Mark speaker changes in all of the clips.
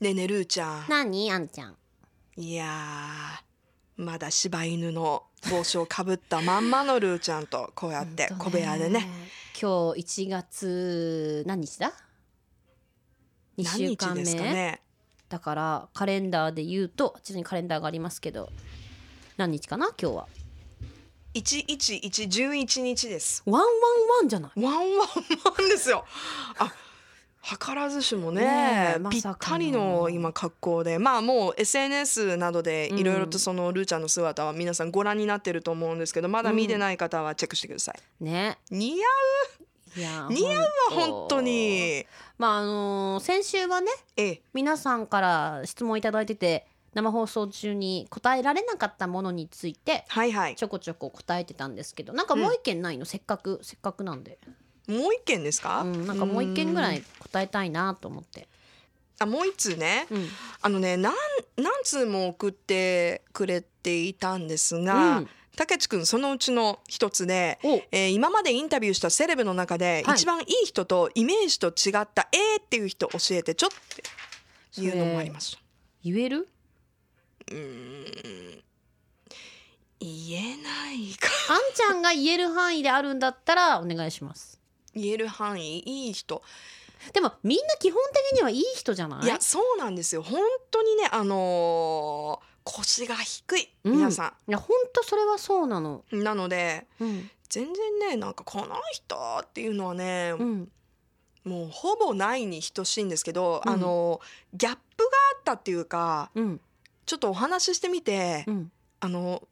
Speaker 1: ねえねえルーちゃん
Speaker 2: 何あんちゃん
Speaker 1: いやーまだ柴犬の帽子をかぶったまんまのルーちゃんとこうやって小部屋でね
Speaker 2: 今日1月何日だ2
Speaker 1: 何
Speaker 2: 週
Speaker 1: 日
Speaker 2: 間目
Speaker 1: ですかね
Speaker 2: だからカレンダーで言うとあっちにカレンダーがありますけど何日かな今日は
Speaker 1: 1111日です
Speaker 2: ワンワンワンじゃない
Speaker 1: ワンワンワンですよあ図らずしもね
Speaker 2: ねえま
Speaker 1: ぴっ
Speaker 2: さか
Speaker 1: た
Speaker 2: の
Speaker 1: りの今格好でまあもう SNS などでいろいろとそのルーちゃんの姿は皆さんご覧になってると思うんですけどまだ見てない方はチェックしてください、
Speaker 2: ね
Speaker 1: 似合
Speaker 2: いや
Speaker 1: う似合うわ本当に
Speaker 2: まああのー先週はね
Speaker 1: ええ
Speaker 2: 皆さんから質問いただいてて生放送中に答えられなかったものについて
Speaker 1: はいはい
Speaker 2: ちょこちょこ答えてたんですけどなんかもう一件ないの、せっかくせっかくなんで、
Speaker 1: もう一件ですか、
Speaker 2: うん、なんかもう一件ぐら
Speaker 1: う
Speaker 2: い
Speaker 1: ん
Speaker 2: 答えたいなと思って、
Speaker 1: あもう一通ね
Speaker 2: うん
Speaker 1: あのねなん何通も送ってくれていたんですが、
Speaker 2: うん
Speaker 1: 竹地くんそのうちの一つで、
Speaker 2: お
Speaker 1: えー今までインタビューしたセレブの中で、
Speaker 2: はい
Speaker 1: 一番いい人とイメージと違ったえーっていう人教えてちょっていうのもありました
Speaker 2: 言える
Speaker 1: うーん言えないか
Speaker 2: あんちゃんが言える範囲であるんだったらお願いします
Speaker 1: 言える範囲いい人
Speaker 2: でもみんな基本的にはいい人じゃない
Speaker 1: いやそうなんですよ本当にねあのー腰が低い
Speaker 2: うん
Speaker 1: 皆さ
Speaker 2: いやほんとそれはそうなの
Speaker 1: ん、なので
Speaker 2: うん
Speaker 1: 全然ねなんかこの人っていうのはね、
Speaker 2: うん
Speaker 1: もうほぼないに等しいんですけど、
Speaker 2: うん
Speaker 1: あのギャップがあったっていうか
Speaker 2: うん
Speaker 1: ちょっとお話ししてみて、
Speaker 2: うん
Speaker 1: あの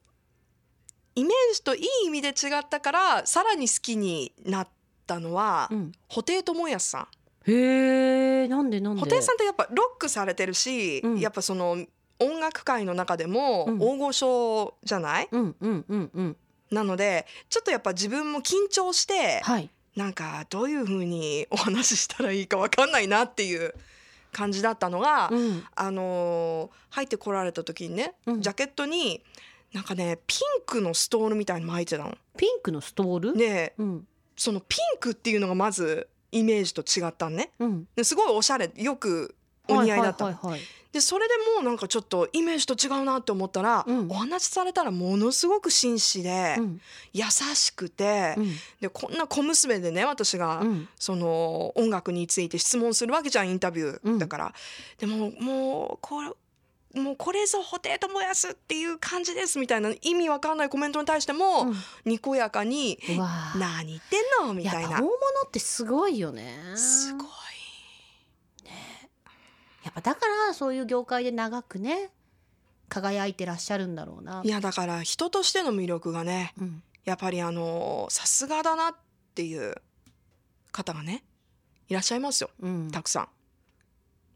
Speaker 1: イメージといい意味で違ったからさらに好きになったのは、
Speaker 2: うん
Speaker 1: 布袋寅泰さん
Speaker 2: へえなんでなんで
Speaker 1: 布袋さんってやっぱロックされてるし、
Speaker 2: うん
Speaker 1: やっぱその音楽界の中でも
Speaker 2: うん
Speaker 1: 大御所じゃない、
Speaker 2: うんうんうんうん
Speaker 1: なのでちょっとやっぱ自分も緊張して、
Speaker 2: はい
Speaker 1: なんかどういう風にお話ししたらいいかわかんないなっていう感じだったのが、
Speaker 2: うん
Speaker 1: あのー入ってこられた時にね、
Speaker 2: うん
Speaker 1: ジャケットになんかねピンクのストールみたいに巻いてたの。
Speaker 2: ピンクのストール
Speaker 1: で
Speaker 2: うん
Speaker 1: そのピンクっていうのがまずイメージと違ったんね。
Speaker 2: うん
Speaker 1: ですごいおしゃれよくお似合いだったの。
Speaker 2: はいはいはいはい
Speaker 1: でそれでもうなんかちょっとイメージと違うなって思ったら、
Speaker 2: うん
Speaker 1: お話しされたらものすごく紳士で、
Speaker 2: うん
Speaker 1: 優しくて、
Speaker 2: うん
Speaker 1: でこんな小娘でね私が
Speaker 2: うん
Speaker 1: その音楽について質問するわけじゃんインタビューだから、でももうこれもうこれぞ布袋寅泰っていう感じですみたいな意味わかんないコメントに対しても、
Speaker 2: う
Speaker 1: にこやかに
Speaker 2: んう
Speaker 1: 「
Speaker 2: わー
Speaker 1: 何言ってんの?」みたい
Speaker 2: やっ
Speaker 1: な
Speaker 2: ぱ大物ってすごいよね
Speaker 1: すごい
Speaker 2: やっぱだからそういう業界で長くね輝いてらっしゃるんだろうない
Speaker 1: やだから人としての魅力がね
Speaker 2: うん、
Speaker 1: やっぱりあのさすがだなっていう方がねいらっしゃいますよ
Speaker 2: うん、
Speaker 1: たくさん。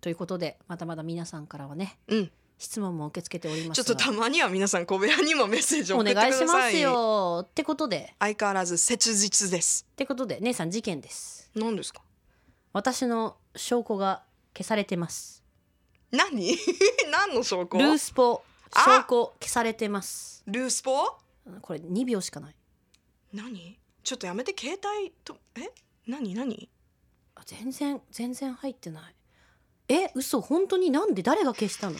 Speaker 2: ということでまだまだ皆さんからはね
Speaker 1: うん、
Speaker 2: 質問も受け付けておりま
Speaker 1: ちょ
Speaker 2: す
Speaker 1: っとた
Speaker 2: が
Speaker 1: まには皆さん小部屋にもメッセージ送
Speaker 2: お
Speaker 1: ってく
Speaker 2: 願
Speaker 1: ださい
Speaker 2: いしますよってことで
Speaker 1: 相変わらず切実です
Speaker 2: ってことで姉さん事件です
Speaker 1: 何ですか
Speaker 2: 私の証拠が消されてます
Speaker 1: 何 何の証拠
Speaker 2: ルースポ
Speaker 1: あ
Speaker 2: 証拠消されてます
Speaker 1: ルースポ
Speaker 2: これ2秒しかない
Speaker 1: 何ちょっとやめて携帯とえ何何
Speaker 2: あ全然全然入ってないえ嘘本当になんで誰が消したの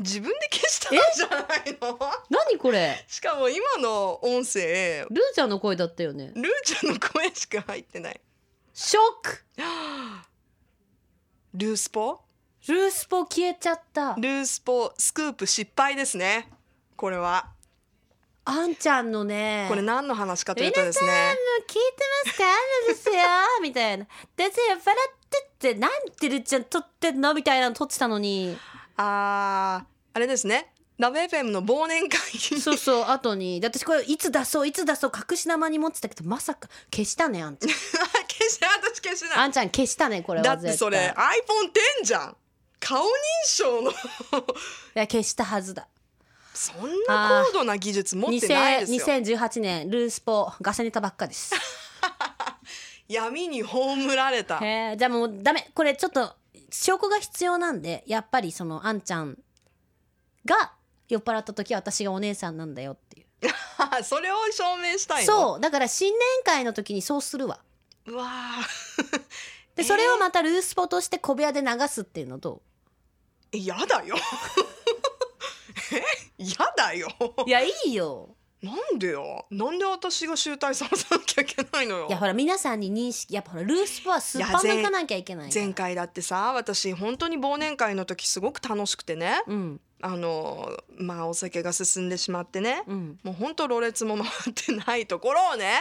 Speaker 1: 自分で消したんじゃないの
Speaker 2: 何これ
Speaker 1: しかも今の音声
Speaker 2: ルーちゃんの声だったよね
Speaker 1: ルーちゃんの声しか入ってない
Speaker 2: ショック
Speaker 1: ルースポ
Speaker 2: ルースポ消えちゃった
Speaker 1: ルースポスクープ失敗ですねこれは
Speaker 2: あんちゃんのね
Speaker 1: これ
Speaker 2: あの
Speaker 1: 何の話かというとですね
Speaker 2: 聞いてますかあのですよみた いなだって酔っ払ってってなんてるっちゃん撮ってんのみたいなの撮ってたのに
Speaker 1: あーあれですねラブ FM の忘年会に
Speaker 2: そうそう後にだって私これいつ出そういつ出そう隠し玉に持ってたけどまさか消したねあんちゃん
Speaker 1: 消して私消してない
Speaker 2: あんちゃん消したねこれは
Speaker 1: だってそれ
Speaker 2: 絶
Speaker 1: iPhone10 じゃん顔認証の
Speaker 2: 対いや消したはずだ
Speaker 1: そんな高度な技術持ってないですよ
Speaker 2: 2018年ルースポガセネタばっかです
Speaker 1: 闇に葬られた
Speaker 2: へーじゃあもうダメこれちょっと証拠が必要なんでやっぱりそのあんちゃんが酔っ払った時は私がお姉さんなんだよっていう
Speaker 1: それを証明したいの
Speaker 2: そうだから新年会の時にそうするわ
Speaker 1: うわー
Speaker 2: でそれをまたルースポとして小部屋で流すっていうのと、
Speaker 1: えやだよ えやだよ
Speaker 2: いやいいよ
Speaker 1: なんでよなんで私が集大さらさなきゃいけないのよ
Speaker 2: いやほら皆さんに認識やっぱほらルースポはスーパー
Speaker 1: いや
Speaker 2: 向
Speaker 1: 前
Speaker 2: かなきゃいけないから
Speaker 1: 前回だってさ私本当に忘年会の時すごく楽しくてね
Speaker 2: うん
Speaker 1: あのまあお酒が進んでしまってね、
Speaker 2: うん
Speaker 1: もう本当ろれつも回ってないところをね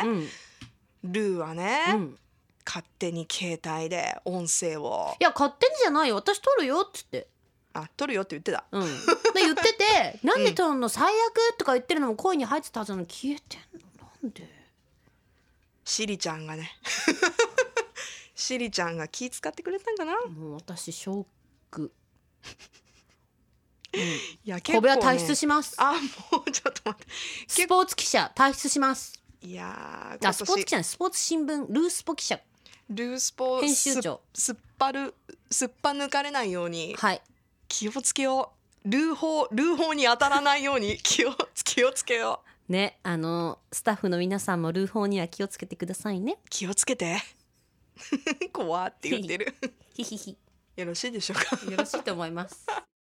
Speaker 2: う、ん
Speaker 1: ルーはね、
Speaker 2: うん
Speaker 1: 勝手に携帯で音声を
Speaker 2: いや勝手にじゃないよ私撮るよっつって
Speaker 1: あ撮るよって言ってた
Speaker 2: うんで言って て「なんで撮るの最悪」とか言ってるのも声に入ってたはずなのに消えてんのなんで
Speaker 1: シリちゃん がねシリちゃんが気使ってくれたんかな、い
Speaker 2: もう私ショック
Speaker 1: や結
Speaker 2: 小
Speaker 1: 構、
Speaker 2: 部
Speaker 1: ね、
Speaker 2: 屋退出します
Speaker 1: あもうちょっと待って
Speaker 2: スポーツ記者退出します
Speaker 1: いやー今
Speaker 2: あスポーツ
Speaker 1: 年
Speaker 2: 記者ねスポーツ新聞ルースポ記者
Speaker 1: ルースポ
Speaker 2: 編集長
Speaker 1: すすっぱるすっぱ抜かれないように
Speaker 2: はい
Speaker 1: 気をつけようルー法ルー法に当たらないように 気を気をつけよう
Speaker 2: ねあのスタッフの皆さんもルー法には気をつけてくださいね
Speaker 1: 気をつけて 怖って言ってる
Speaker 2: ひひひ
Speaker 1: よろしいでしょうか
Speaker 2: よろしいと思います